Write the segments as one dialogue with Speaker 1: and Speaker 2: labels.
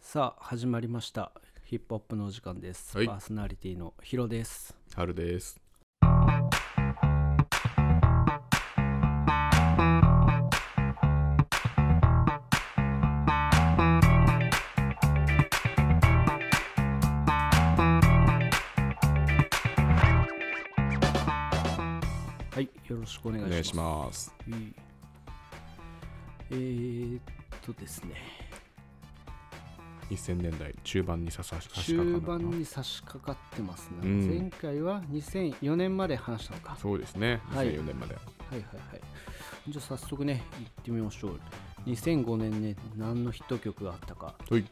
Speaker 1: さあ始まりましたヒップホップのお時間です、
Speaker 2: はい
Speaker 1: パーソナリティのヒロです
Speaker 2: 春です。
Speaker 1: はいよろしくお願い
Speaker 2: お
Speaker 1: します
Speaker 2: 願いします。
Speaker 1: はいえー、っとですね
Speaker 2: 1000年代中盤にささ差し掛か
Speaker 1: 中
Speaker 2: るかな
Speaker 1: 盤に差し掛かってますね、
Speaker 2: うん
Speaker 1: 前回は2004年まで話したのか
Speaker 2: そうですね。
Speaker 1: はい
Speaker 2: 2004年まで。
Speaker 1: はいはいはいじゃあ早速ね行ってみましょう2005年ね何のヒット曲があったか
Speaker 2: はい。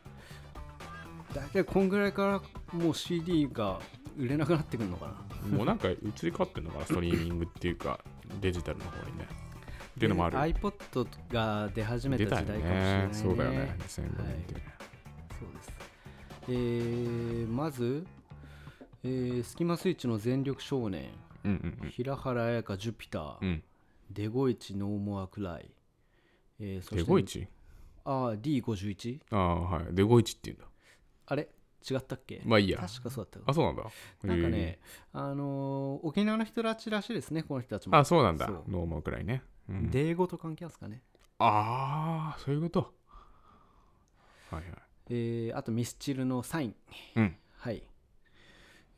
Speaker 1: 大体こんぐらいからもう CD が売れなくなってくるのかな
Speaker 2: もうなんか移り変わってんのかな、ストリーミングっていうか、デジタルの方にね。っていうのもある。
Speaker 1: で iPod が出始めた時
Speaker 2: 出
Speaker 1: 代
Speaker 2: た
Speaker 1: かもし
Speaker 2: よ
Speaker 1: れない、ね
Speaker 2: ね。、そうだよね。2005年っていうね。
Speaker 1: そうです、えーまず、えースキマスイッチの全力少年、
Speaker 2: うんうん
Speaker 1: 平原綾香ジュピター、
Speaker 2: うん。うん。
Speaker 1: デゴイチノーモアクライ、えーそして
Speaker 2: デゴイチ
Speaker 1: あー D51
Speaker 2: ああ、はい。デゴイチっていうんだ。
Speaker 1: あれ違ったっけ、
Speaker 2: まあいいや。
Speaker 1: 確かそうだった
Speaker 2: あ、
Speaker 1: か
Speaker 2: そうなんだ。
Speaker 1: なんかね、あのー沖縄の人たちらしいですねこの人たち
Speaker 2: へ
Speaker 1: も
Speaker 2: ー。あ、そうなんだ。
Speaker 1: そう
Speaker 2: ノーマルくらいね。うん
Speaker 1: デーゴと関係あるんですかね、
Speaker 2: ああ、そういうこと。はいはい。
Speaker 1: えーあとミスチルのサイン
Speaker 2: うん。
Speaker 1: はい。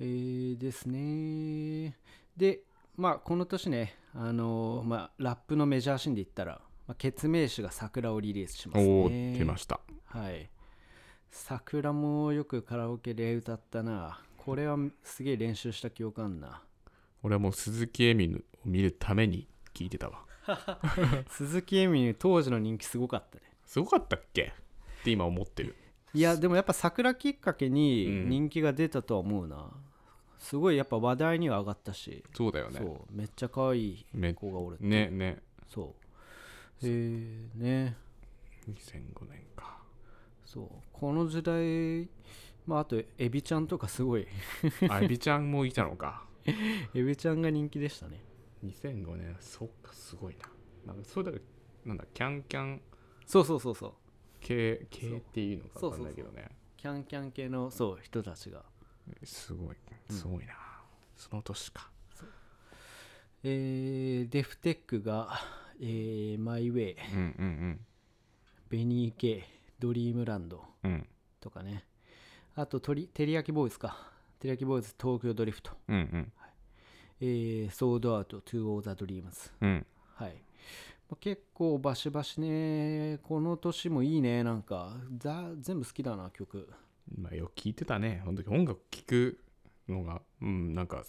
Speaker 1: えーですね。で、まあ、この年ね、あのーまあ、ラップのメジャーシーンで言ったら、まあ、ケツメイシが桜をリリースしますね。
Speaker 2: おお、出ました。
Speaker 1: はい。桜もよくカラオケで歌ったな。これはすげえ練習した記憶あんな。
Speaker 2: 俺はもう鈴木エミを見るために聞いてたわ
Speaker 1: 鈴木エミュー、当時の人気すごかったね。
Speaker 2: すごかったっけって今思ってる
Speaker 1: いや、でもやっぱ桜きっかけに
Speaker 2: うん
Speaker 1: 人気が出たとは思うな。すごいやっぱ話題には上がったし、
Speaker 2: そうだよね
Speaker 1: そう、めっちゃ可愛い
Speaker 2: め
Speaker 1: 子がおるっていう
Speaker 2: ねね
Speaker 1: そう。えー、ね、
Speaker 2: 2005年 か
Speaker 1: そう。この時代、まあ、あと、エビちゃんとかすごい。
Speaker 2: あエビちゃんもいたのか
Speaker 1: エビちゃんが人気でしたね。
Speaker 2: 2005年そっかすごいななんかそうだなんだキャンキャン
Speaker 1: そうそうそうそう。
Speaker 2: 系系っていうのか
Speaker 1: そう
Speaker 2: わかんないけどね
Speaker 1: キャンキャン系の、そう、人たちが。
Speaker 2: すごいすごいな、その年か
Speaker 1: えー、デフテックが、えー、マイウェイ、
Speaker 2: うんうん
Speaker 1: ベニーケドリームランド
Speaker 2: うんうん
Speaker 1: とかね。あと、とりテリヤキボーイズか。テリヤキボーイズ、東京ドリフト。
Speaker 2: うんうん
Speaker 1: えー、ソードアウト、トゥーオーザドリームズ。
Speaker 2: うん
Speaker 1: はい、まあ結構バシバシねこの年もいいねなんかざ全部好きだな曲
Speaker 2: まあよく聞いてたね本当に音楽聴くのがうんなんか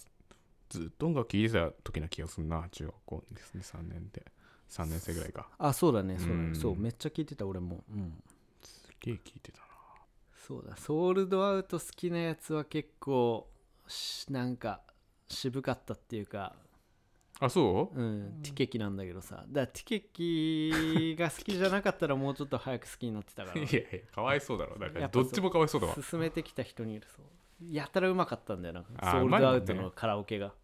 Speaker 2: ずっと音楽聴いてた時な気がするな中学校ですね3年で3年生ぐらいか
Speaker 1: あそうだねそうだね
Speaker 2: うん
Speaker 1: そうめっちゃ聴いてた俺もうん
Speaker 2: すげえ聴いてたな
Speaker 1: そうだソールドアウト好きなやつは結構しなんか渋かったっていうか、
Speaker 2: あそ
Speaker 1: う
Speaker 2: う
Speaker 1: ん、ティケキなんだけどさだからティケキが好きじゃなかったらもうちょっと早く好きになってたか ら
Speaker 2: いやいやかわいそうだろだか
Speaker 1: や
Speaker 2: ら
Speaker 1: っぱそ
Speaker 2: ど
Speaker 1: う
Speaker 2: っちもかわいそうだわ
Speaker 1: 進めてきた人にいるそうやたらうまかったんだよな
Speaker 2: あ
Speaker 1: ソー
Speaker 2: う
Speaker 1: ル
Speaker 2: まい
Speaker 1: ド
Speaker 2: もん
Speaker 1: ア
Speaker 2: ね
Speaker 1: ウトのカラオケが、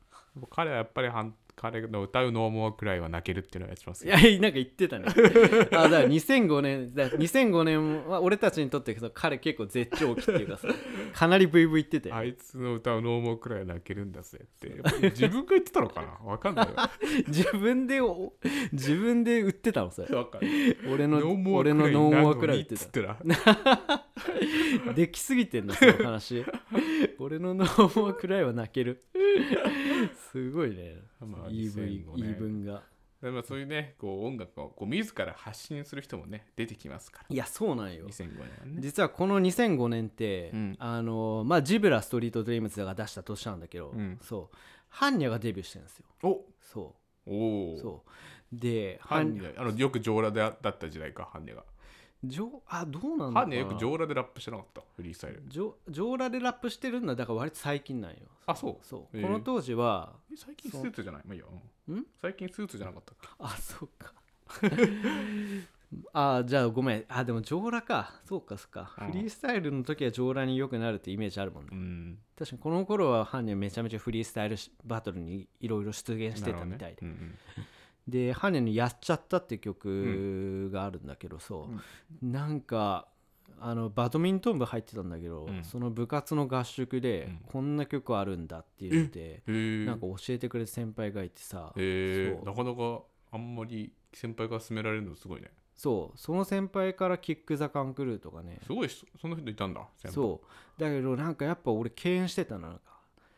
Speaker 2: 彼はやっぱりはん彼の歌うノーモアくらいは泣けるっていうのがやってます
Speaker 1: い
Speaker 2: よ
Speaker 1: や、なんか言って たね。あだから2005年、だから2005年は俺たちにとってその彼結構絶頂期っていうか さ、かなりブイブイ言ってて。
Speaker 2: あいつの歌うノーモアくらいは泣けるんだぜってやっぱり自分が言ってたのかなわかんないわ
Speaker 1: 自分でお、自分で売ってたのそれ。
Speaker 2: わかん ない
Speaker 1: 俺の、
Speaker 2: ノーモア
Speaker 1: 俺のノーモアく
Speaker 2: く
Speaker 1: ら
Speaker 2: ら
Speaker 1: い
Speaker 2: い
Speaker 1: 売って。
Speaker 2: なのにっつったてな
Speaker 1: できすぎてんの、その 話。俺のノーモアくらいは泣ける。すごいね。
Speaker 2: まあ
Speaker 1: 言い分、
Speaker 2: 2005
Speaker 1: 言い
Speaker 2: 年
Speaker 1: 分が。
Speaker 2: でまあそういうねこう音楽をこう自ら発信する人もね出てきますから
Speaker 1: いや、そうなんよ。
Speaker 2: 2005年はね
Speaker 1: 実はこの2005年って、
Speaker 2: うん
Speaker 1: あのまあ、ジブラストリートドリームズが出した年なんだけど、
Speaker 2: うん
Speaker 1: そうハンニャがデビューしてるんですよ
Speaker 2: お
Speaker 1: そ
Speaker 2: お
Speaker 1: う
Speaker 2: お
Speaker 1: そうで
Speaker 2: ハンニ
Speaker 1: ハ
Speaker 2: ャあのよく上裸でだった時代かハンニャが
Speaker 1: ジョあどうなんだ
Speaker 2: ハンニャよく上裸でラップしてなかったフリースタイル
Speaker 1: ジョジョーラでラップしてるんだだから割と最近なんよ
Speaker 2: あそう
Speaker 1: そう、
Speaker 2: へえ
Speaker 1: この当時は
Speaker 2: え最近スーツじゃないまあいいよ
Speaker 1: ん
Speaker 2: 最近スーツじゃなかったっけ
Speaker 1: あそうか あじゃあごめんあでもジョーラかそうかそうか、
Speaker 2: うん
Speaker 1: フリースタイルの時はジョーラによくなるってイメージあるもんね
Speaker 2: うん
Speaker 1: 確かにこの頃はハンニャめちゃめちゃフリースタイルしバトルにいろいろ出現してたみたいで、
Speaker 2: なるほどね
Speaker 1: でハネの「やっちゃった」って曲があるんだけどそう、なんかあのバドミントン部入ってたんだけど、
Speaker 2: うん
Speaker 1: その部活の合宿で、
Speaker 2: うん
Speaker 1: こんな曲あるんだっていうので
Speaker 2: へえ
Speaker 1: なんか教えてくれる先輩がいてさ、
Speaker 2: へえ
Speaker 1: そう
Speaker 2: なかなかあんまり先輩から勧められるのすごいね
Speaker 1: そうその先輩からキック・ザ・カンクルーとかね
Speaker 2: すごいそそんな人いたんだ先輩
Speaker 1: そうだけどなんかやっぱ俺敬遠してたななんか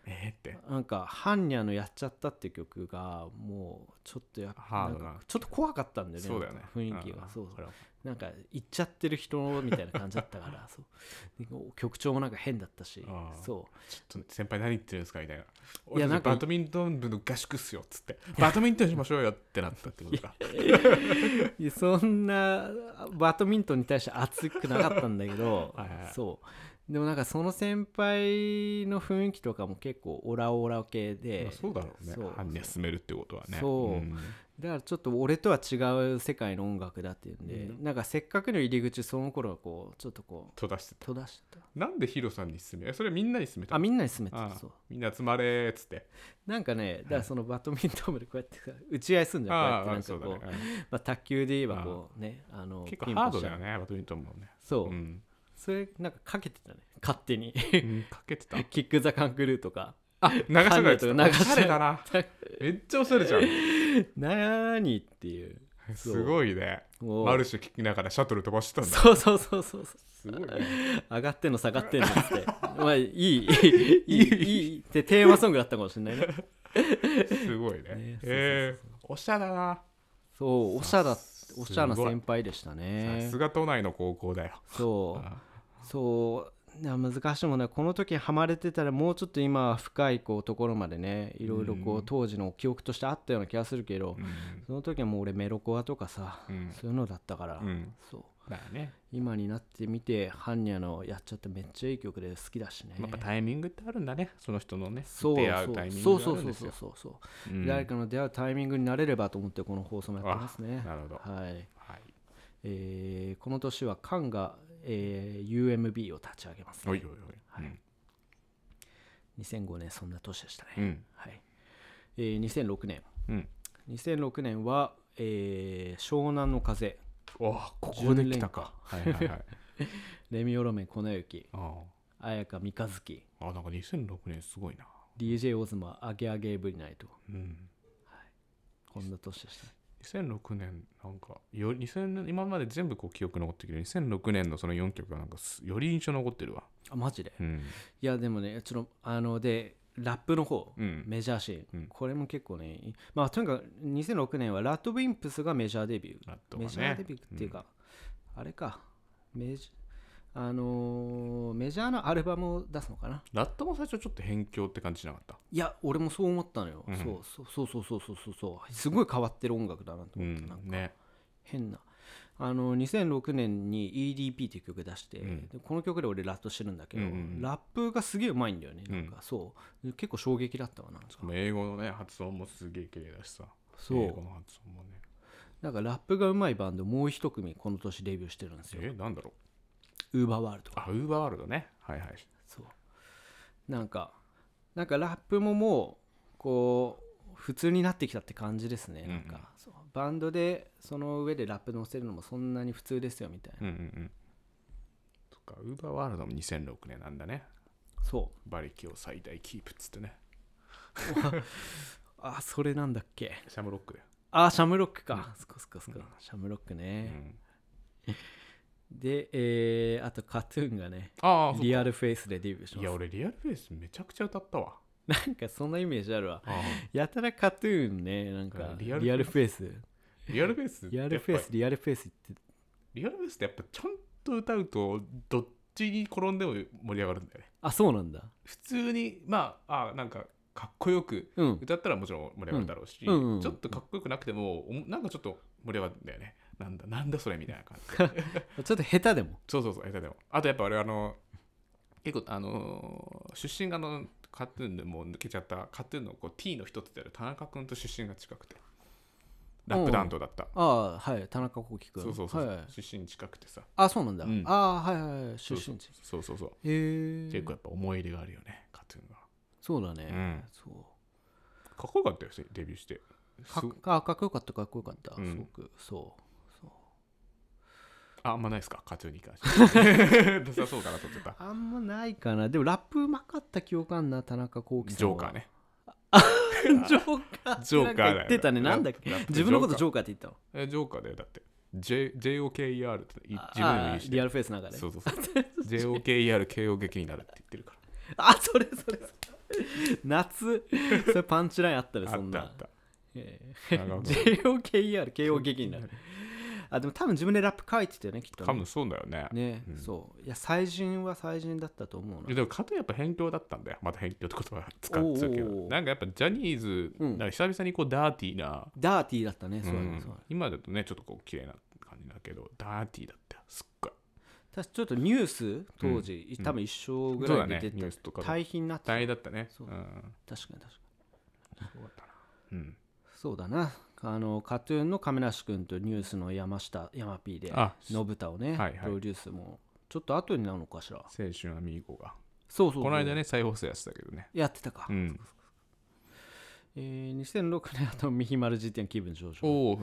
Speaker 2: えーって
Speaker 1: なんか「ハンニャのやっちゃった」っていう曲がもうちょっとや
Speaker 2: ハードな
Speaker 1: なんかちょっと怖かったんだよね
Speaker 2: そうだよね
Speaker 1: なんか雰囲気が
Speaker 2: ん
Speaker 1: そうそう
Speaker 2: これは
Speaker 1: なんか行っちゃってる人みたいな感じだったからそう で曲調もなんか変だったし
Speaker 2: あー
Speaker 1: そ
Speaker 2: ちょっと先輩何言ってるんですかみたいな。
Speaker 1: いや
Speaker 2: いや
Speaker 1: な
Speaker 2: なんん
Speaker 1: か
Speaker 2: かバドミントン部の合宿っすよっつって バドミントンしましょうよってなったってことか。
Speaker 1: ういやそんなバドミントンに対して熱くなかったんだけど
Speaker 2: はいはい
Speaker 1: そうでもなんかその先輩の雰囲気とかも結構オラオラ系で
Speaker 2: まあそうだろうね
Speaker 1: そう。
Speaker 2: 犯人は進めるってことはね。
Speaker 1: そうんだからちょっと俺とは違う世界の音楽だっていうんで、
Speaker 2: うん
Speaker 1: なんかせっかくの入り口その頃はこうちょっとこう
Speaker 2: と出してた。
Speaker 1: 閉ざして
Speaker 2: なんでヒロさんに進めえそれみんなに進め
Speaker 1: た
Speaker 2: た
Speaker 1: あ
Speaker 2: の
Speaker 1: みんなに勧めて
Speaker 2: あ
Speaker 1: た
Speaker 2: あ
Speaker 1: そう
Speaker 2: みんな集まれっつって。
Speaker 1: なんかねだからそのバドミントン部でこうやってさ打ち合いすんじゃんこうや
Speaker 2: あ
Speaker 1: っ
Speaker 2: あ、
Speaker 1: てな
Speaker 2: そ
Speaker 1: ん
Speaker 2: う
Speaker 1: か
Speaker 2: だ
Speaker 1: こう
Speaker 2: ね。うん
Speaker 1: まあ、卓球で言えばこうねあの
Speaker 2: 結
Speaker 1: ピ
Speaker 2: 構
Speaker 1: ンポン
Speaker 2: ハードだよ
Speaker 1: し
Speaker 2: ね、バドミントンもね。
Speaker 1: たそう、
Speaker 2: うん。
Speaker 1: それなんかかけてたね勝手 に
Speaker 2: うんかけてた。
Speaker 1: キック・ザ・カンクルーと か
Speaker 2: あ、流したからやつ。
Speaker 1: ハンドとか流
Speaker 2: お
Speaker 1: した
Speaker 2: しゃれ だな。めっちゃおしゃれじゃん。
Speaker 1: なーにっていうそう
Speaker 2: すごいね。
Speaker 1: もう
Speaker 2: マルシェ聞きながらシャトル飛ばしてたんだ。
Speaker 1: そうそうそうそうそう
Speaker 2: すごいね。
Speaker 1: 上がってんの下がってんのっつって まあいいいいいいいいってテーマソングだったかもしれないね
Speaker 2: すごいね。
Speaker 1: ね
Speaker 2: えーおしゃだな。
Speaker 1: そうおしゃだ
Speaker 2: さす
Speaker 1: おしゃな先輩でした
Speaker 2: さ
Speaker 1: ね
Speaker 2: すが都内の高校だよ。
Speaker 1: そうそうな難しいもんねこの時ハマれてたらもうちょっと今深いこうところまでねいろいろこ
Speaker 2: う
Speaker 1: うん当時の記憶としてあったような気がするけど、
Speaker 2: うん
Speaker 1: その時はもう俺メロコアとかさ、
Speaker 2: うん
Speaker 1: そういうのだったから、
Speaker 2: うん
Speaker 1: そう
Speaker 2: だからね。
Speaker 1: 今になってみてハンニャのやっちゃってめっちゃいい曲で好きだしね
Speaker 2: やっぱタイミングってあるんだね。その人のね。
Speaker 1: そう
Speaker 2: 出会うタイミン
Speaker 1: そう
Speaker 2: グが
Speaker 1: そ
Speaker 2: あ
Speaker 1: う
Speaker 2: るん
Speaker 1: そう
Speaker 2: です
Speaker 1: そう
Speaker 2: よ。
Speaker 1: そうそう、
Speaker 2: うん
Speaker 1: 誰かの出会うタイミングになれればと思ってこの放送もやってますね
Speaker 2: あなるほど
Speaker 1: はい
Speaker 2: はい。
Speaker 1: えーこの年はカンが、えー UMB を立ち上げます、
Speaker 2: お
Speaker 1: ね
Speaker 2: いおいおい。
Speaker 1: 2005年そんな年でしたね、
Speaker 2: うん。
Speaker 1: はいえー2006年
Speaker 2: うん。
Speaker 1: 2006年は、えー湘南の風
Speaker 2: おーここで来たか。はいはい はい。
Speaker 1: レミオロメン粉雪
Speaker 2: あ
Speaker 1: 綾香三日月
Speaker 2: ーあ、なんか2006年すごいな。
Speaker 1: DJ オズマアゲアゲエブリナイト
Speaker 2: うん。
Speaker 1: こんな年でしたね
Speaker 2: 2006年なんかよ2000年今まで全部こう記憶残ってるけど2006年のその4曲がなんかすより印象残ってるわ
Speaker 1: あマジで
Speaker 2: うん
Speaker 1: いやでもねちょっとあのでラップの方、
Speaker 2: うん
Speaker 1: メジャーシーン、
Speaker 2: うん
Speaker 1: これも結構ねまあとにかく2006年はラッドウィンプスがメジャーデビュー、
Speaker 2: ラッドが
Speaker 1: メ
Speaker 2: ね
Speaker 1: ジャーデビューっていうか、あれかメジあのーメジャーのアルバムを出すのかな
Speaker 2: ラットも最初ちょっと辺境って感じしなかった
Speaker 1: いや俺もそう思ったのよ、
Speaker 2: うん
Speaker 1: そうそうそうそうそうそうそうすごい変わってる音楽だなと
Speaker 2: う
Speaker 1: 思って、
Speaker 2: ん
Speaker 1: なんか
Speaker 2: ね
Speaker 1: 変なあの2006年に EDP っていう曲出して、
Speaker 2: うん
Speaker 1: でこの曲で俺ラットしてるんだけど、
Speaker 2: うんうんうん
Speaker 1: ラップがすげえうまいんだよねなんか、
Speaker 2: う
Speaker 1: そうで結構衝撃だったわなんか
Speaker 2: しかも英語のね発音もすげえ綺麗だしさ
Speaker 1: そう
Speaker 2: 英語の発音もね
Speaker 1: なんかラップがうまいバンドもう一組この年デビューしてるんですよ
Speaker 2: えなんだろう
Speaker 1: ウーバーワールド
Speaker 2: あウーバーワールドねはいはい
Speaker 1: そうなんかなんかラップももうこう普通になってきたって感じですね、
Speaker 2: うんうん
Speaker 1: なんかそうバンドでその上でラップ乗せるのもそんなに普通ですよみたいな、
Speaker 2: うんうんうんそっかウーバーワールドも2006年なんだね
Speaker 1: そう
Speaker 2: 馬力を最大キープっつってね
Speaker 1: あそれなんだっけ
Speaker 2: シャムロックで、
Speaker 1: あーシャムロックか、そこそこそこシャムロック
Speaker 2: う
Speaker 1: ね、
Speaker 2: ん、
Speaker 1: で、えーあとカトゥーンがね
Speaker 2: ああ
Speaker 1: リアルフェイスでデビューし
Speaker 2: いや
Speaker 1: ます
Speaker 2: 俺リアルフェイスめちゃくちゃ歌ったわ
Speaker 1: なんかそんなイメージあるわ
Speaker 2: あ
Speaker 1: やたらカトゥーンねなんか
Speaker 2: うん
Speaker 1: リ
Speaker 2: リ
Speaker 1: ア
Speaker 2: アル
Speaker 1: ルフェイス
Speaker 2: ーリアルフェイスって
Speaker 1: リ
Speaker 2: や
Speaker 1: ア
Speaker 2: っぱ
Speaker 1: ル
Speaker 2: り
Speaker 1: フェイスリアルフェイス言って
Speaker 2: リアルフェイスってやっぱちゃんと歌うとどっちに転んでも盛り上がるんだよね
Speaker 1: あそうなんだ
Speaker 2: 普通にまああなんかかっこよく
Speaker 1: うん
Speaker 2: 歌ったらもちろん盛り上がるだろうし、
Speaker 1: うんうんうん
Speaker 2: ちょっとかっこよくなくてもおもなんかちょっと盛り上がるんだよねなんだなんだそれみたいな感じ
Speaker 1: ちょっと下手でも
Speaker 2: そうそうそう下手でもあとやっぱ俺あの結構あのー出身があのカトゥーンでもう抜けちゃったカトゥーンのこう T の一つである田中君と出身が近くてラップ担当だった、
Speaker 1: ああーはい田中幸喜君
Speaker 2: そうそうそう、
Speaker 1: はいはい、
Speaker 2: 出身近くてさ
Speaker 1: あそうなんだ、
Speaker 2: うん
Speaker 1: ああーはいはいはい出身地
Speaker 2: そうそうそう
Speaker 1: へえ
Speaker 2: 結構やっぱ思い入れがあるよねカトゥーンが
Speaker 1: そうだね、
Speaker 2: うん
Speaker 1: そう
Speaker 2: かっこよかったよデビューして
Speaker 1: か
Speaker 2: す
Speaker 1: っあかっこよかったかっこよかった、
Speaker 2: うん
Speaker 1: すごくそうそう
Speaker 2: ああんまないですかカトゥーンに関 して。ダサそうかなと思ってた。
Speaker 1: あんまないかなでもラップうまかった記憶あんな田中幸喜
Speaker 2: ジ
Speaker 1: さん
Speaker 2: ョ
Speaker 1: は
Speaker 2: ーカーね。
Speaker 1: ジョーカー
Speaker 2: ジョーカーだよ
Speaker 1: なんか言ってたねなんだっけ
Speaker 2: ラップ
Speaker 1: 自分のことジ
Speaker 2: ジ
Speaker 1: ョーカーって言ったの
Speaker 2: えジョーカーだよだって。J JOKER ってい自分でも
Speaker 1: あ
Speaker 2: 言う
Speaker 1: ー
Speaker 2: し
Speaker 1: リア
Speaker 2: ね。
Speaker 1: ルフェイスの中で
Speaker 2: そうそ うそう。JOKER 慶応劇になるって言ってるから。
Speaker 1: あそれそれそれ夏それパンチラインあったね
Speaker 2: あ
Speaker 1: そん
Speaker 2: っ
Speaker 1: な
Speaker 2: たあった。
Speaker 1: ええ
Speaker 2: 長 岡
Speaker 1: JOKER 慶応劇になるあでも多分自分でラップ書いてたよねきっと
Speaker 2: 多
Speaker 1: ね
Speaker 2: 分そうだよね。
Speaker 1: ね、
Speaker 2: うん
Speaker 1: そういや最人は最人だったと思う
Speaker 2: いや
Speaker 1: な
Speaker 2: でも加藤やっぱ辺境だったんだよまた辺境って言葉使っちゃうけど
Speaker 1: おうおうおう
Speaker 2: なんかやっぱジャニーズ、
Speaker 1: うん
Speaker 2: なんか久々にこうダーティーな、
Speaker 1: ダーティーだったねそうだ
Speaker 2: う
Speaker 1: ね
Speaker 2: ん
Speaker 1: そうだね
Speaker 2: 今だとねちょっとこう綺麗な感じだけどダーティーだったよすっごい
Speaker 1: 確かちょっとニュース当時、
Speaker 2: うん
Speaker 1: 多分一生ぐらいで
Speaker 2: そうだね
Speaker 1: 出
Speaker 2: ニュー
Speaker 1: て
Speaker 2: ス
Speaker 1: た、
Speaker 2: とかで
Speaker 1: 対比になってた確
Speaker 2: 大変だったね
Speaker 1: そう
Speaker 2: うん
Speaker 1: かに確かに
Speaker 2: そうだったなうん
Speaker 1: そうだなあのカトゥーンの亀梨君とニュースの山下山 P で
Speaker 2: あ
Speaker 1: 信太をね、
Speaker 2: はいはい
Speaker 1: プロデュースもちょっと後になるのかしら
Speaker 2: 青春アミーゴが
Speaker 1: そうそうそう
Speaker 2: この間ね再放送やってたけどね
Speaker 1: やってたか、
Speaker 2: うん
Speaker 1: えー2006年あと「ミヒマル辞典気分上昇」い
Speaker 2: おお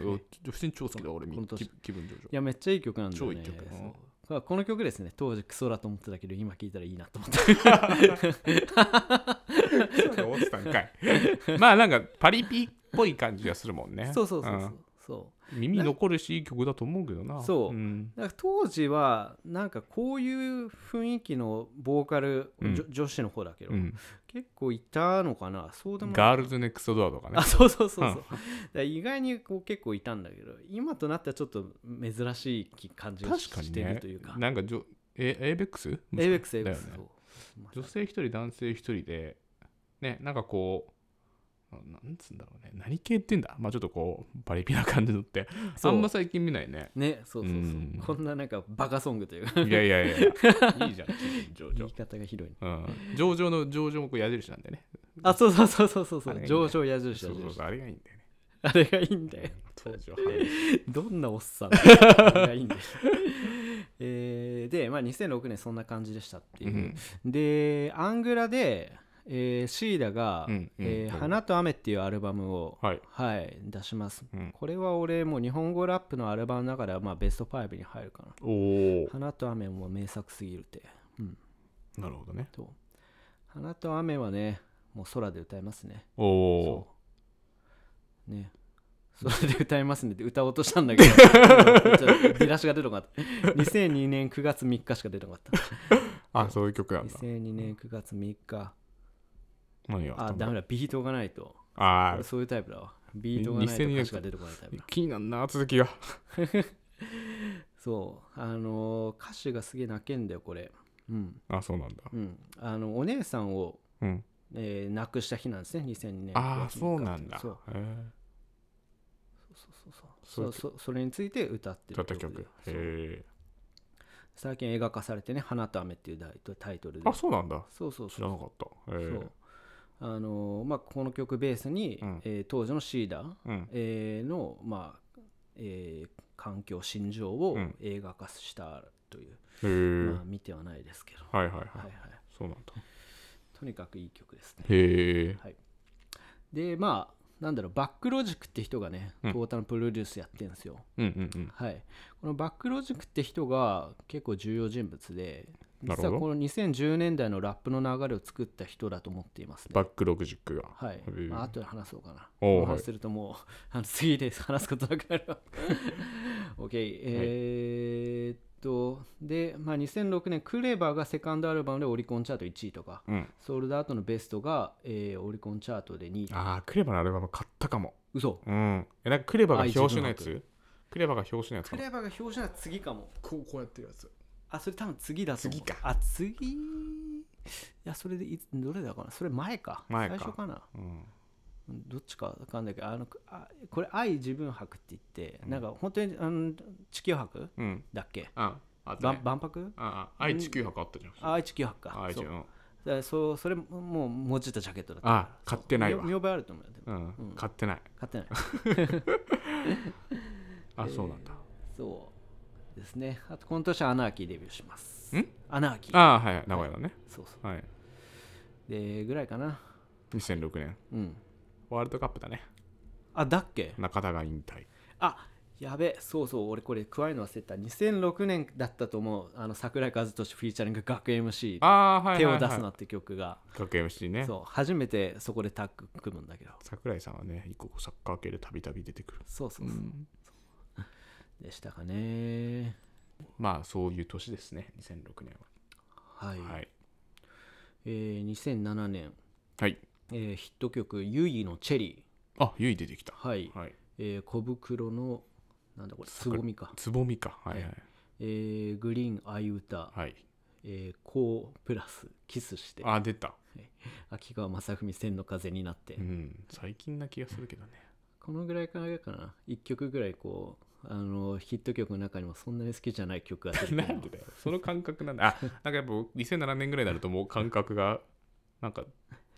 Speaker 2: 普通に超好きだ俺
Speaker 1: この年
Speaker 2: 気気分上々
Speaker 1: やめっちゃいい曲なんだよね
Speaker 2: 超いい曲
Speaker 1: そう
Speaker 2: うん
Speaker 1: だからこの曲ですね当時クソだと思ってたけど今聴いたらいいなと思って
Speaker 2: 思ってたんか いまあなんかパリピっぽい感じがするもん ね
Speaker 1: そうそうそうそう、
Speaker 2: ん
Speaker 1: そう
Speaker 2: 耳残るしいい曲だと思うけどな
Speaker 1: そう
Speaker 2: うん
Speaker 1: なんか当時はなんかこういう雰囲気のボーカル、
Speaker 2: うん
Speaker 1: じょ女子の方だけど、
Speaker 2: うん
Speaker 1: 結構いたのかなそうでもない
Speaker 2: ガールズネクストドアとかね
Speaker 1: あそうそうそう
Speaker 2: うん
Speaker 1: そう、だから意外にこう結構いたんだけど今となってはちょっと珍しい感じが
Speaker 2: 確か
Speaker 1: し
Speaker 2: に
Speaker 1: て
Speaker 2: ね
Speaker 1: るというか
Speaker 2: なんかじょえエイベックス
Speaker 1: エイベックスエイ
Speaker 2: だ
Speaker 1: ベッ
Speaker 2: よ
Speaker 1: クス
Speaker 2: ね
Speaker 1: そう
Speaker 2: 女性一人男性一人でねなんかこうななんつうんだろうね何系って言うんだまあちょっとこうパリピな感じのってあ
Speaker 1: そうん
Speaker 2: ま最近見ないね
Speaker 1: ねそうそうそう、
Speaker 2: うん
Speaker 1: こんななんかバカソングというか
Speaker 2: いやい やいやいやいいじゃん上
Speaker 1: 言
Speaker 2: 々
Speaker 1: い方が広いね
Speaker 2: うん上々の上々もこう矢印なんだよね
Speaker 1: あそうそうそうそうそうそ
Speaker 2: あれ
Speaker 1: う
Speaker 2: がいいね
Speaker 1: 上昇矢印
Speaker 2: そ
Speaker 1: 矢
Speaker 2: うそう
Speaker 1: 印
Speaker 2: そうあれがいいんだよね
Speaker 1: あれがいいんだよ
Speaker 2: 当時は流行り
Speaker 1: どんなおっさんがいいんで えーで、まあ、2006年そんな感じでしたっていう、でアングラで、えーシーダが、
Speaker 2: うんうん
Speaker 1: えー
Speaker 2: うん
Speaker 1: 花と雨」っていうアルバムを、
Speaker 2: はい
Speaker 1: はい出します、
Speaker 2: うん
Speaker 1: これは俺もう日本語ラップのアルバムの中では、まあ、ベスト5に入るかな
Speaker 2: おお
Speaker 1: 「花と雨」も名作すぎるって、うん、
Speaker 2: なるほどね
Speaker 1: と「花と雨」はねもう空で歌えますね
Speaker 2: お
Speaker 1: そ
Speaker 2: お
Speaker 1: うね それで歌いますねって歌おうとしたんだけど ちょっと出だしが出てこなかった2002年9月3日しか出てこなか っ
Speaker 2: あそういう曲な
Speaker 1: た
Speaker 2: んだ
Speaker 1: 2002年9月3日
Speaker 2: 何が
Speaker 1: あダメだビートがないと
Speaker 2: あ
Speaker 1: 俺
Speaker 2: ー
Speaker 1: そういうタイプだわビートがないと歌詞が出てこないタイプだ
Speaker 2: 気になんな続きが
Speaker 1: そうあのー歌詞がすげえ泣けんだよこれうん
Speaker 2: あそうなんだ
Speaker 1: うんあのお姉さんを、
Speaker 2: うん
Speaker 1: えー亡くした日なんですね2002年
Speaker 2: あ
Speaker 1: 9
Speaker 2: あ
Speaker 1: 月3日
Speaker 2: そうなんだ
Speaker 1: そう
Speaker 2: へー
Speaker 1: そうそうそうそそれについて歌って
Speaker 2: 歌
Speaker 1: る
Speaker 2: った
Speaker 1: 曲で
Speaker 2: 曲へえ
Speaker 1: 最近映画化されてね「花と雨」っていうタイトタイトルで
Speaker 2: あそうなんだ
Speaker 1: そうそう
Speaker 2: 知
Speaker 1: そう
Speaker 2: らなかったへ
Speaker 1: そ
Speaker 2: え
Speaker 1: うあのーまあこの曲ベースに、
Speaker 2: うん
Speaker 1: えー当時のシーダ、
Speaker 2: うん
Speaker 1: えーのまあ、えー環境心情を
Speaker 2: うん
Speaker 1: 映画化したという、
Speaker 2: へえ
Speaker 1: まあ見てはないですけど、
Speaker 2: はいはいはい
Speaker 1: はいはい、
Speaker 2: そうなんだ
Speaker 1: とにかくいい曲ですね
Speaker 2: へえ
Speaker 1: でまあなんだろうバックロジックって人がねト
Speaker 2: うん
Speaker 1: ータルプロデュースやってるんですよ、
Speaker 2: うんうんうん
Speaker 1: はい、このバックロジックって人が結構重要人物で
Speaker 2: なるほ
Speaker 1: 実
Speaker 2: ど
Speaker 1: はこの2010年代のラップの流れを作った人だと思っていますね。
Speaker 2: バックログジックが
Speaker 1: はい
Speaker 2: へえ
Speaker 1: まあ後で話そうかな。
Speaker 2: おう
Speaker 1: この
Speaker 2: はい
Speaker 1: 話するともう、あの次で話すことなくなる わ。OK、えーっと、で、まあ、2006年、クレバーがセカンドアルバムでオリコンチャート1位とか、
Speaker 2: うん
Speaker 1: ソールドアウトのベストが、えーオリコンチャートで2位とか。
Speaker 2: ああクレバのアルバム買ったかも
Speaker 1: 嘘
Speaker 2: うんえなんかクレバが
Speaker 1: あ
Speaker 2: 表紙のや
Speaker 1: 一部
Speaker 2: つクレバが表紙のや
Speaker 1: ク
Speaker 2: つかな
Speaker 1: レバーが表紙は次かも。
Speaker 2: こうこうやってるやつ
Speaker 1: あ、それ多分次だと思う。
Speaker 2: 次か
Speaker 1: あ、次。いや、それでいつ、どれだかなそれ前か。
Speaker 2: 前か
Speaker 1: 最初かな。
Speaker 2: うん
Speaker 1: うんどっちかわかんないけど、あの、あこれ、愛自分博って言って、なんか本当に、あの、地球博
Speaker 2: うん
Speaker 1: だっけ
Speaker 2: ああった
Speaker 1: 万
Speaker 2: ね
Speaker 1: 万博
Speaker 2: ああ愛知9博あったじゃん
Speaker 1: あ愛地球博か。
Speaker 2: 愛知
Speaker 1: そう
Speaker 2: うん
Speaker 1: だからそうそれももう、もじったジャケットだった。
Speaker 2: あ買ってないわ
Speaker 1: 見覚えあると思うよ。でも
Speaker 2: うん買ってない
Speaker 1: 買ってない。
Speaker 2: あそうなんだ
Speaker 1: そうですね。あと、この年、アナーキーデビューします。
Speaker 2: ん
Speaker 1: アナーキー。
Speaker 2: ああはいはい名古屋のね
Speaker 1: そうそ。
Speaker 2: はいう
Speaker 1: で、ぐらいかな。
Speaker 2: 2006年
Speaker 1: うん。
Speaker 2: ワールドカップだね
Speaker 1: あ、だっけ
Speaker 2: 中田が引退
Speaker 1: あやべそうそう俺これ加えるの忘れてた2006年だったと思うあの桜井和寿フィーチャリング学 MC
Speaker 2: ああはい
Speaker 1: 手
Speaker 2: はい、は
Speaker 1: を
Speaker 2: い、
Speaker 1: 出すなって曲が、
Speaker 2: 学園 MC ね
Speaker 1: そう初めてそこでタッグ組むんだけど
Speaker 2: 桜井さんはね一個サッカー系でたびたび出てくる、
Speaker 1: そうそううそう、
Speaker 2: ん
Speaker 1: でしたかね
Speaker 2: まあそういう年ですね2006年
Speaker 1: はい、
Speaker 2: ははい
Speaker 1: えー2007年、
Speaker 2: はい
Speaker 1: えーヒット曲「ユイのチェリ
Speaker 2: あゆい出てきた
Speaker 1: ー」はい、
Speaker 2: はい
Speaker 1: えー小袋のなんだこれつ
Speaker 2: 桜
Speaker 1: ぼみか、
Speaker 2: つぼみかはいはい
Speaker 1: えーグリーン「愛歌」
Speaker 2: はい
Speaker 1: えー「こうプラスキスして」
Speaker 2: あ出た
Speaker 1: 秋川雅史「千の風になって」
Speaker 2: うん最近な気がするけどね
Speaker 1: このぐらいからかな1曲ぐらいこうあのヒット曲の中にもそんなに好きじゃない曲が出てく
Speaker 2: な
Speaker 1: る
Speaker 2: んでだよその感覚なんだ あなんかやっぱ2007年ぐらいになるともう感覚がなんか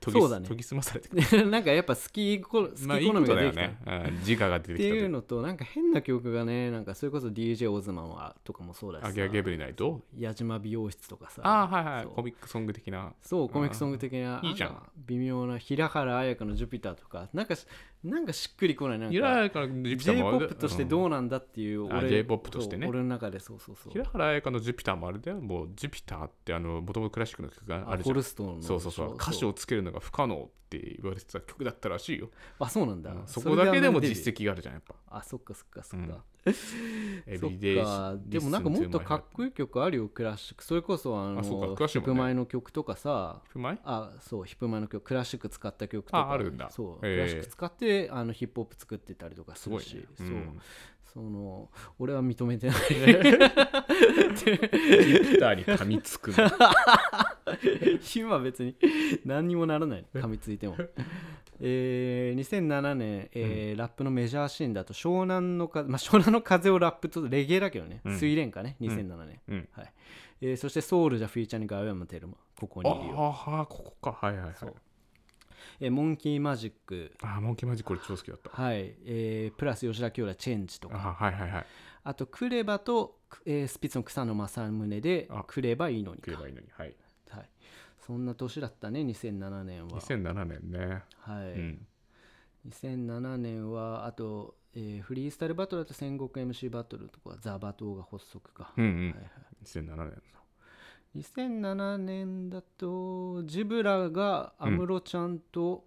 Speaker 2: 研ぎ
Speaker 1: そうだね
Speaker 2: 研ぎ澄まされてくる
Speaker 1: で なんかやっぱ好き好好き
Speaker 2: まあいい
Speaker 1: 好
Speaker 2: こ
Speaker 1: み
Speaker 2: と
Speaker 1: が
Speaker 2: だ
Speaker 1: で
Speaker 2: よ
Speaker 1: きた
Speaker 2: ね、うん、自我が出て
Speaker 1: っ
Speaker 2: き
Speaker 1: て
Speaker 2: たと
Speaker 1: い
Speaker 2: いうう
Speaker 1: のとなんか変な曲がねなんかそれこそ DJ オズマンはとかもそうだし
Speaker 2: アゲアゲブリナイト
Speaker 1: 矢島美容室とかさ
Speaker 2: ああはいはい
Speaker 1: そう
Speaker 2: コミックソング的な
Speaker 1: そうコミックソング的な
Speaker 2: うんいいじゃん
Speaker 1: なんか微妙な平原綾香の「ジュピター」とかなんかしなんかしっくりこないなん
Speaker 2: 平原
Speaker 1: か
Speaker 2: 綾香のジュピタ
Speaker 1: j
Speaker 2: ー
Speaker 1: p
Speaker 2: も
Speaker 1: o p としてど
Speaker 2: う
Speaker 1: うなんだっていう
Speaker 2: あ
Speaker 1: 俺
Speaker 2: J-POP としてね
Speaker 1: そう俺の中でそうそうそ
Speaker 2: ん
Speaker 1: う
Speaker 2: 平原綾香のジュピターもあれだよもうジュピターってあのもともとクラシックの曲があ
Speaker 1: あ
Speaker 2: るじ
Speaker 1: ホ
Speaker 2: ゃん
Speaker 1: ルストの
Speaker 2: そうそうそう歌詞をつけるのが不可能って言われてた曲だったらしいよ、
Speaker 1: あそうなんだ、
Speaker 2: うんそこだけでも実
Speaker 1: 績
Speaker 2: 績があるじゃんやっぱ
Speaker 1: あそっかそっかそっか、
Speaker 2: エ
Speaker 1: そ
Speaker 2: ビ
Speaker 1: っ
Speaker 2: リデイ
Speaker 1: かでもなんかもっとかっこ
Speaker 2: いい
Speaker 1: いい曲あるよクラシックそれこそあの
Speaker 2: あそうかクラシッ
Speaker 1: ヒッ
Speaker 2: クもね
Speaker 1: プマイの曲とかさ
Speaker 2: うまい
Speaker 1: あそうヒップマイの曲クラシック使った曲とか
Speaker 2: ああるんだ
Speaker 1: そう
Speaker 2: へえ
Speaker 1: クラシック使ってあのヒップホップ作ってたりとかす
Speaker 2: すご
Speaker 1: る
Speaker 2: い
Speaker 1: し
Speaker 2: ね、
Speaker 1: そううんその俺は認めてない
Speaker 2: ジュピターに噛みつく の
Speaker 1: 今別に何にもなら ない噛みついてもえー2007年、えーラップのメジャーシーンだと湘南の風、まあ、湘南の風をラップとレゲエだけどね、
Speaker 2: うん
Speaker 1: 水蓮かね2007年、
Speaker 2: うん
Speaker 1: はいえーそしてソウルじゃフィーチャーに青山テルマここ
Speaker 2: あ
Speaker 1: にいるよ、
Speaker 2: ああここかはいはいはい
Speaker 1: そうえーモンキーマジック
Speaker 2: ああモンキーマジックこれ超好きだった
Speaker 1: はい、えープラス吉田兄弟チェンジとか
Speaker 2: あーはいはいはい
Speaker 1: あとクレバと、えースピッツの草野正宗で
Speaker 2: あ
Speaker 1: クレバいいのに
Speaker 2: く
Speaker 1: か
Speaker 2: ればいいのにはい
Speaker 1: はい、そんな年だったね2007年は、
Speaker 2: 2007年ね
Speaker 1: はい
Speaker 2: うん
Speaker 1: 2007年はあと、えーフリースタイルバトルだと戦国 MC バトルとかザ・バトーが発足か、
Speaker 2: うんう
Speaker 1: はい
Speaker 2: ん
Speaker 1: はい
Speaker 2: 2007年
Speaker 1: 2007年だとジブラが安室ちゃんと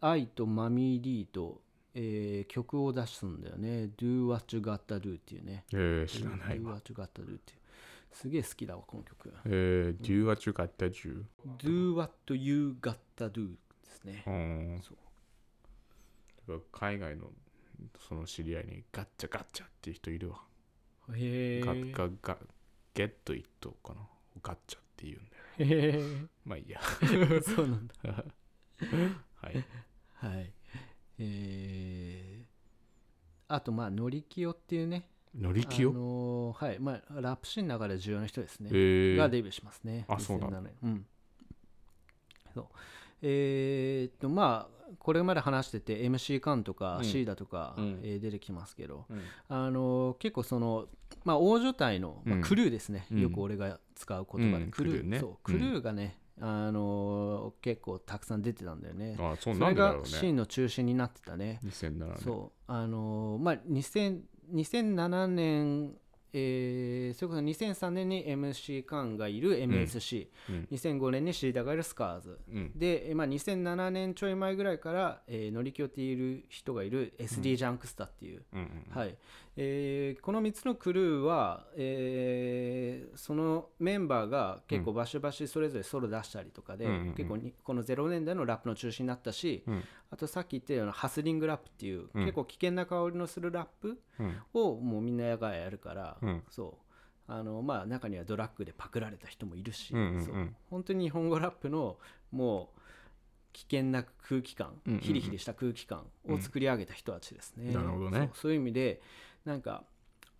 Speaker 1: 愛とマミー・リーと、えー曲を出すんだよね「Do What You Gotta Do」っていうね
Speaker 2: えー、知らない
Speaker 1: Do
Speaker 2: わ
Speaker 1: What You Gotta Do っていうすげえ好きだわこの曲
Speaker 2: えー、10は中かった10
Speaker 1: Do What You Gotta Do ですね
Speaker 2: うん
Speaker 1: そう
Speaker 2: 海外のその知り合いにガッチャガッチャっていう人いるわ
Speaker 1: へ
Speaker 2: ガ
Speaker 1: ー
Speaker 2: ガガゲットイットかなガッチャって言うんだよ
Speaker 1: へ
Speaker 2: まあいいや
Speaker 1: ー そうなんだ
Speaker 2: はい
Speaker 1: はい。えーあと、まあ、ノリキヨっていうね、
Speaker 2: 乗り
Speaker 1: あ
Speaker 2: 気よ、
Speaker 1: のーはい、まあ、ラップシーンの中で重要な人ですね、
Speaker 2: えー、
Speaker 1: がデビューしますね。
Speaker 2: あそうなん
Speaker 1: 2007年うん。そう。えーっと、まあ、これまで話してて、MC カンとか
Speaker 2: うん
Speaker 1: シーダとか、
Speaker 2: うん
Speaker 1: えー出てきますけど、
Speaker 2: うん
Speaker 1: あのー結構その、まあ、大所帯の、まあ
Speaker 2: うん
Speaker 1: クルーですね、
Speaker 2: うん
Speaker 1: よく俺が使う言葉で、
Speaker 2: うん
Speaker 1: クルー
Speaker 2: クルーね
Speaker 1: そう
Speaker 2: うん
Speaker 1: クルーがね、あのー結構たくさん出てたんだよね。
Speaker 2: あそう
Speaker 1: そ
Speaker 2: な
Speaker 1: れ
Speaker 2: んでだ
Speaker 1: が
Speaker 2: ろう
Speaker 1: シ
Speaker 2: ね
Speaker 1: ーンの中心になってたね。
Speaker 2: 2007年
Speaker 1: そうあのーまあ2000 2007年えーそれこそ2003年に MC カンがいる MSC2005、
Speaker 2: うん
Speaker 1: 2005年にシーダがいるスカーズ
Speaker 2: うん
Speaker 1: で、えーまあ、2007年ちょい前ぐらいから、えー乗り気をっている人がいる SD ジャンクスターっていう、
Speaker 2: うんうん
Speaker 1: はいえーこの3つのクルーは、えーそのメンバーが結構バシバシそれぞれソロ出したりとかで、
Speaker 2: うんうんうん
Speaker 1: 結構にこの0年代のラップの中心になったし、
Speaker 2: うん
Speaker 1: あとさっき言ったようなハスリングラップっていう、
Speaker 2: うん
Speaker 1: 結構危険な香りのするラップ
Speaker 2: うん
Speaker 1: をもうみんながやるから、
Speaker 2: うん
Speaker 1: そうあのまあ中にはドラッグでパクられた人もいるし、
Speaker 2: うんうんうん
Speaker 1: そう本当に日本語ラップのもう危険な空気感、
Speaker 2: うんうんうん
Speaker 1: ヒリヒリした空気感を作り上げた人たちですね。
Speaker 2: うんなるほどね
Speaker 1: そうそういう意味でなんか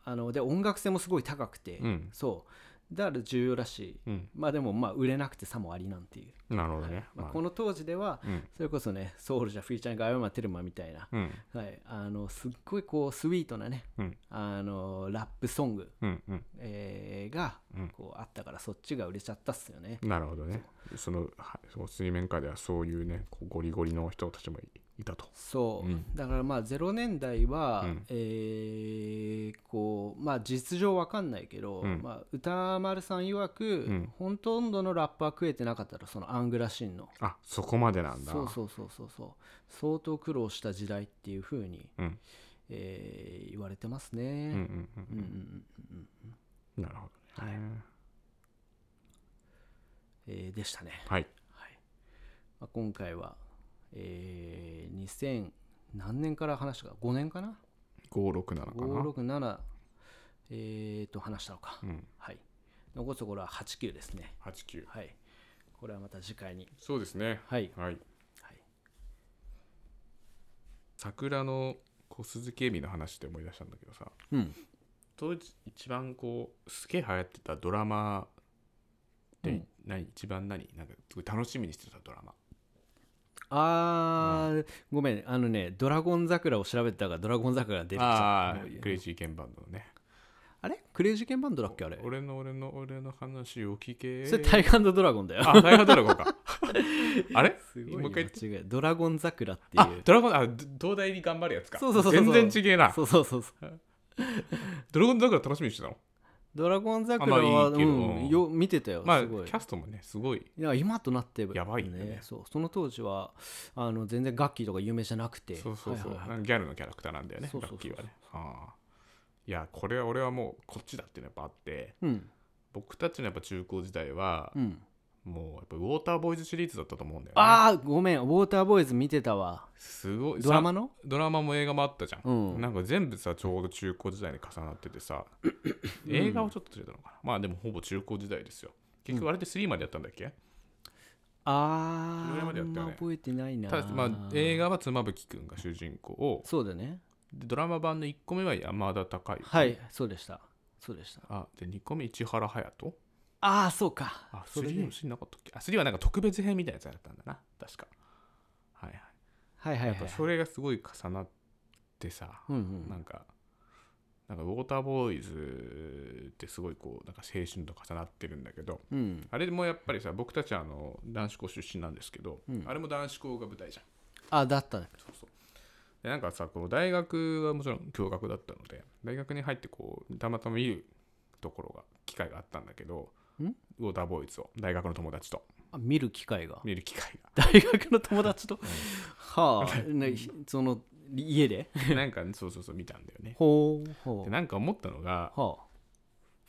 Speaker 1: あので音楽性もすごい高くて、
Speaker 2: うん
Speaker 1: そうだから重要だし、
Speaker 2: うん
Speaker 1: まあでもまあ売れなくてさもありなんていう、
Speaker 2: なるほどね、
Speaker 1: まあ、
Speaker 2: まあ
Speaker 1: この当時では
Speaker 2: うん
Speaker 1: それこそねソウルじゃフィーチャーがアイマテルマみたいな、
Speaker 2: うん
Speaker 1: はい、あのすっごいこうスイートなね
Speaker 2: うん
Speaker 1: あのラップソング、
Speaker 2: うんうん
Speaker 1: えーが
Speaker 2: うん
Speaker 1: こうあったからそっちが売れちゃったっすよね。
Speaker 2: なるほどねそのはその水面下ではそういうねこうゴリゴリの人たちもいいたと。
Speaker 1: そう、
Speaker 2: うん
Speaker 1: だからまあ0年代は、
Speaker 2: うん
Speaker 1: えーこうまあ実情わかんないけど、
Speaker 2: うん
Speaker 1: まあ、歌丸さん曰く、
Speaker 2: うん
Speaker 1: ほとんどのラップは食えてなかったとそのアングラシンの
Speaker 2: あそこまでなんだ。
Speaker 1: そうそうそうそうそう相当苦労した時代っていうふうに、
Speaker 2: うん
Speaker 1: えー言われてます
Speaker 2: うんう
Speaker 1: ね、う
Speaker 2: ん
Speaker 1: んうんうん
Speaker 2: うん、なるほどね。
Speaker 1: えーでしたね、
Speaker 2: はい。
Speaker 1: はいまあ、今回は、えー2000何年から話したか5年かな
Speaker 2: 五六七かな。
Speaker 1: 567えー、と話したのか、
Speaker 2: うん。
Speaker 1: はい残すところは89ですね
Speaker 2: 八九。
Speaker 1: はいこれはまた次回に
Speaker 2: そうですね。
Speaker 1: はい
Speaker 2: はい。
Speaker 1: はい
Speaker 2: 桜の小鈴木恵美の話で思い出したんだけどさ、
Speaker 1: うん
Speaker 2: 当時一番こうすげえ流行ってたドラマで、
Speaker 1: うん
Speaker 2: 何一番何なんかすごい楽しみにしてたドラマ。
Speaker 1: あー、ごめんあのね「ドラゴン桜」を調べてたからドラゴン桜が出てきちゃ
Speaker 2: あ
Speaker 1: ったもういい
Speaker 2: あ、
Speaker 1: や
Speaker 2: クレイジーケンバンドのね。
Speaker 1: あれクレイジーケンバンドだっけあれ
Speaker 2: 俺の俺の俺の話を聞け。
Speaker 1: それタイガードラゴンだよ
Speaker 2: あ、大河ドラゴ ンか。あれ
Speaker 1: すごい
Speaker 2: もう一回言って。
Speaker 1: 間違いドラゴン桜ってい
Speaker 2: あ
Speaker 1: う、
Speaker 2: ドラゴン、あ、ど東大に頑張るやつか。
Speaker 1: そうそうそうそう
Speaker 2: 全然違えな。
Speaker 1: そうそうそうそう
Speaker 2: ドラゴン桜楽しみにしてたの。
Speaker 1: ドラゴン桜
Speaker 2: あまあ
Speaker 1: は、
Speaker 2: いいけ
Speaker 1: う
Speaker 2: ど
Speaker 1: ん、よ見てたよ、
Speaker 2: まあ、
Speaker 1: す
Speaker 2: キ
Speaker 1: ごい
Speaker 2: ャストもね、すごい。
Speaker 1: いや今となって
Speaker 2: やばいよね
Speaker 1: そうその当時はあの全然楽器とか有名じゃなくて
Speaker 2: そうそうそう。
Speaker 1: はいはいはい
Speaker 2: なんかギャルのキャラクターなんだよね、
Speaker 1: そ
Speaker 2: ラ
Speaker 1: うそうそう
Speaker 2: ッキーはね。ああいや、これは俺はもうこっちだっていうのやっぱあって、
Speaker 1: うん
Speaker 2: 僕たちのやっぱ中高時代は、
Speaker 1: うん
Speaker 2: もうやっぱウォーターボーイズシリーズだったと思うんだよね。
Speaker 1: ああごめんウォーターボーイズ見てたわ
Speaker 2: すごい。
Speaker 1: ドラマ
Speaker 2: さ
Speaker 1: の
Speaker 2: ドラマも映画もあったじゃん。
Speaker 1: うん
Speaker 2: なんか全部さちょうど中高時代に重なって てさ映画をちょっとずれたのかな、まあでもほぼ中高時代ですよ結局あれって3までやったんだっけ、
Speaker 1: あ
Speaker 2: それ
Speaker 1: ー
Speaker 2: までやったよね
Speaker 1: あんま覚えてないな
Speaker 2: ただまあ映画は妻夫木君が主人公を
Speaker 1: そうだね
Speaker 2: でドラマ版の1個目は山田孝之
Speaker 1: はいそうでしたそうでした
Speaker 2: あで2個目市原隼人
Speaker 1: ああそうか
Speaker 2: あ
Speaker 1: それ
Speaker 2: 3
Speaker 1: ね
Speaker 2: のシーンなかったっけあ3はなんか特別編みたいなやつだったんだな確かはいは
Speaker 1: は
Speaker 2: い
Speaker 1: いはい
Speaker 2: やっ
Speaker 1: は
Speaker 2: ぱ
Speaker 1: い
Speaker 2: それがすごい重なってさ、
Speaker 1: うんう
Speaker 2: なんんかなんかウォーターボーイズってすごいこうなんか青春と重なってるんだけど
Speaker 1: うん
Speaker 2: あれもやっぱりさ僕たちはあの男子校出身なんですけど、
Speaker 1: うん
Speaker 2: あれも男子校が舞台じゃん
Speaker 1: あだったね
Speaker 2: そうそうでなんかさこう大学はもちろん共学だったので大学に入ってこうたまたま見るところが機会があったんだけど
Speaker 1: ん
Speaker 2: ウォーターボーイズを大学の友達と
Speaker 1: あ見る機会が
Speaker 2: 見る機会
Speaker 1: 大学の友達とは あねその家で
Speaker 2: がなんか、ね、そうそうそう見たんだよね
Speaker 1: ほうほ
Speaker 2: で
Speaker 1: う
Speaker 2: なんか思ったのが
Speaker 1: はあ
Speaker 2: こ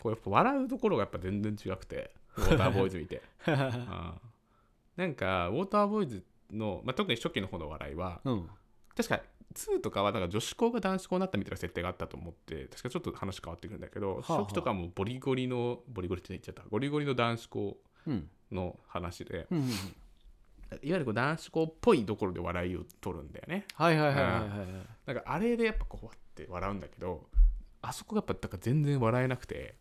Speaker 2: うやっぱ笑うところがやっぱ全然違くてウォーターボーイズ見て、 うんなんかウォーターボーイズの、まあ、特に初期の方の笑い は
Speaker 1: うん
Speaker 2: 確か2とかはなんか女子校が男子校になったみたいな設定があったと思って確かちょっと話変わってくるんだけ
Speaker 1: は
Speaker 2: ど、
Speaker 1: あはあ
Speaker 2: 初期とかもボリゴリのボリゴリって言っちゃったゴリゴリの男子校
Speaker 1: うん
Speaker 2: の話で
Speaker 1: うんうんうん
Speaker 2: いわゆるこう男子校っぽいところで笑いを取るんだよね
Speaker 1: はいはいはいはいはいはい
Speaker 2: なんかあれでやっぱこうわって笑うんだけどあそこがやっぱだから全然笑えなくて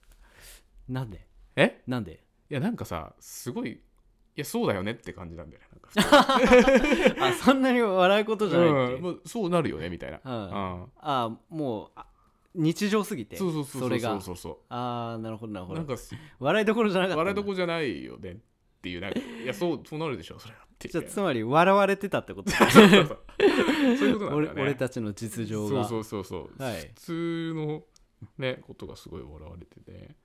Speaker 1: なんで
Speaker 2: え
Speaker 1: なんで
Speaker 2: いやなんかさすごいいやそうだよねって感じなんだよねなんか普通に
Speaker 1: あ そんなに笑うことじゃないっていう、
Speaker 2: うんもうそうなるよねみたいな、
Speaker 1: うん
Speaker 2: うん
Speaker 1: あもうあ日常すぎて
Speaker 2: そうそうそうそう
Speaker 1: れ
Speaker 2: そ
Speaker 1: が
Speaker 2: うそうそ
Speaker 1: ああなるほどなるほ
Speaker 2: う
Speaker 1: ど
Speaker 2: なんか
Speaker 1: 笑いどころじゃなかったんだ
Speaker 2: 笑いどこじゃないよねっていうなんかいやそうそうなるでしょそれはっていう
Speaker 1: じゃあ つまり笑われてたってこと
Speaker 2: そうそうそうそういうことなんだ
Speaker 1: 俺
Speaker 2: よね
Speaker 1: 俺たちの実情
Speaker 2: そ
Speaker 1: が
Speaker 2: うそうそうそう、
Speaker 1: はい
Speaker 2: 普通のねことがすごい笑われてて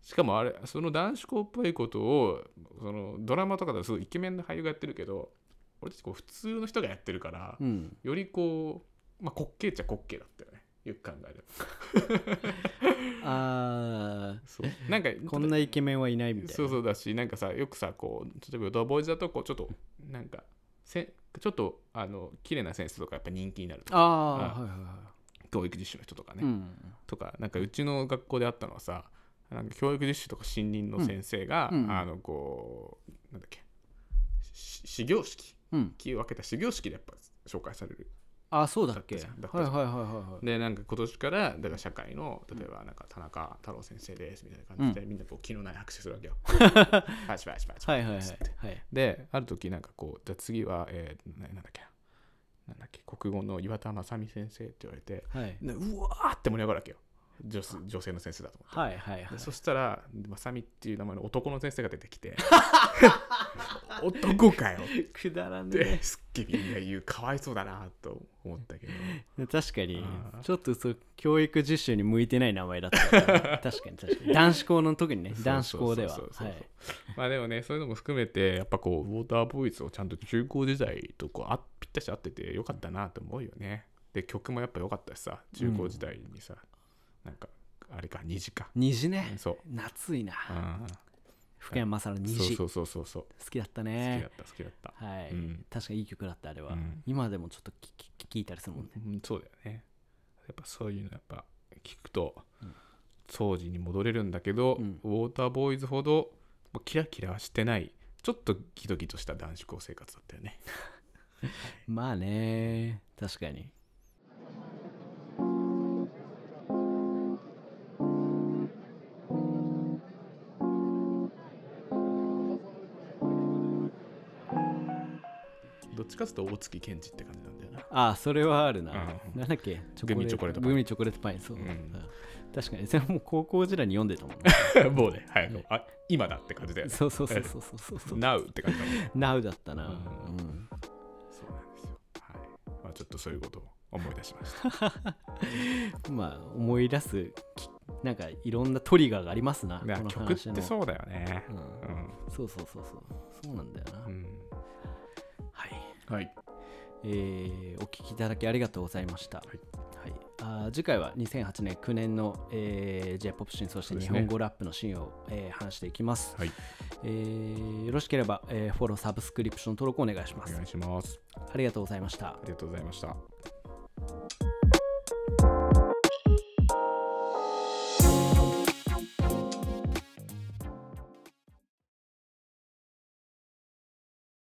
Speaker 2: しかもあれその男子校っぽいことをそのドラマとかですごいイケメンの俳優がやってるけど俺たちこう普通の人がやってるから、
Speaker 1: うん、
Speaker 2: よりこうまあ滑稽っちゃ滑稽だったよねよく考えれば
Speaker 1: あ
Speaker 2: そうなんか
Speaker 1: あこんなイケメンはいないみたいな
Speaker 2: そうそうだしなんかさよくさこう例えばドボーイズだとこうちょっとなんかせちょっとあの綺麗な先生とかやっぱ人気になるとか
Speaker 1: ああ
Speaker 2: あ
Speaker 1: はいはいは
Speaker 2: 教育実習の人とかね、
Speaker 1: い、うん、
Speaker 2: とかなんかうちの学校であったのはさなんか教育実習とか新任の先生が、
Speaker 1: うんうん
Speaker 2: あのこうなんだっけし始業式
Speaker 1: うん、
Speaker 2: 気を分けた始業式でやっぱ紹介される
Speaker 1: ああそうだっけ
Speaker 2: だったじゃんだった
Speaker 1: は
Speaker 2: じ
Speaker 1: い
Speaker 2: ゃ
Speaker 1: は
Speaker 2: ん
Speaker 1: いはいはいはい
Speaker 2: でなんか今年からだから社会の例えばなんか田中太郎先生ですみたいな感じで、みんなこう気のない拍手するわけ よパチパチパチパチ
Speaker 1: はいはいはい
Speaker 2: つって
Speaker 1: はい
Speaker 2: である時なんかこうじゃあ次は、えーななんだっけななんだっけ国語の岩田正美先生って言われて
Speaker 1: はい
Speaker 2: なうわーって盛り上がるわけよ女子女性の先生だと思って、
Speaker 1: はいはいはい
Speaker 2: でそ したらまさみっていう名前の男の先生が出てき て男かよっ
Speaker 1: くだらね
Speaker 2: てすっげえみんな言うかわいそうだなと思ったけど
Speaker 1: え確かに
Speaker 2: あー
Speaker 1: ちょっとそう教育実習に向いてない名前 だったよね確かに確かに男子校の時にね男子校では
Speaker 2: そうそうそう
Speaker 1: は
Speaker 2: そう
Speaker 1: い
Speaker 2: まあでもねそういうのも含めてやっぱこうウォーターボーイズをちゃんと中高時代とこうあぴったし合っててよかったなと思うよねで曲もやっぱ良かったしさ中高時代にさ、なんかあれか虹か
Speaker 1: 虹ね
Speaker 2: そう
Speaker 1: 夏いな
Speaker 2: あ
Speaker 1: 福山雅治の
Speaker 2: あそう
Speaker 1: 虹
Speaker 2: そ
Speaker 1: 好
Speaker 2: うそうそうそう
Speaker 1: きだった
Speaker 2: 好きだ
Speaker 1: ね
Speaker 2: った好きだった、
Speaker 1: はい、
Speaker 2: うん
Speaker 1: 確かにいい曲だったあれは、
Speaker 2: うん
Speaker 1: 今でもちょっと聞き聞いたりするもんね
Speaker 2: うん、そうだよねやっぱそういうのやっぱ聞くと当時に戻れるんだけど、
Speaker 1: うん
Speaker 2: ウォーターボーイズほどもうキラキラはしてないちょっとギトギトした男子校生活だったよね
Speaker 1: まあね確かに
Speaker 2: どっちかっていうと大月健二って感じなんだよな
Speaker 1: ああそれはあるな、
Speaker 2: うん
Speaker 1: なんだっけチ
Speaker 2: グミチョコレートパイン
Speaker 1: グミチョコレートパインそう、
Speaker 2: うん
Speaker 1: 確かにそれもう高校時代に読んでたもんね
Speaker 2: もうね、早く、あ今だって感じだよね。
Speaker 1: そうそうそうそうそうそう
Speaker 2: Now って感じだもんね。
Speaker 1: ナウだったな、
Speaker 2: う
Speaker 1: うん
Speaker 2: そうなんですよ。はい。まあ、ちょっとそういうことを思い出し ました。
Speaker 1: まあ思い出すきなんかいろんなトリガーがありますな
Speaker 2: まあ
Speaker 1: この
Speaker 2: 曲っ
Speaker 1: 話の
Speaker 2: てそうだよね。
Speaker 1: うん
Speaker 2: うん。
Speaker 1: そうそうそうそうそうなんだよな、
Speaker 2: うん
Speaker 1: はい
Speaker 2: はい。
Speaker 1: えーお聞きいただきありがとうございました、はい
Speaker 2: い
Speaker 1: あー次回は2008年9年の、えー、J−POP シーンそして
Speaker 2: そう
Speaker 1: 日
Speaker 2: ですね
Speaker 1: 本語ラップのシーンを、えー話していきます、
Speaker 2: はい。
Speaker 1: えーよろしければ、えーフォローサブスクリプション登録お願いしま
Speaker 2: お
Speaker 1: す
Speaker 2: 願いします。
Speaker 1: ありがとうございました
Speaker 2: ありがとうございました。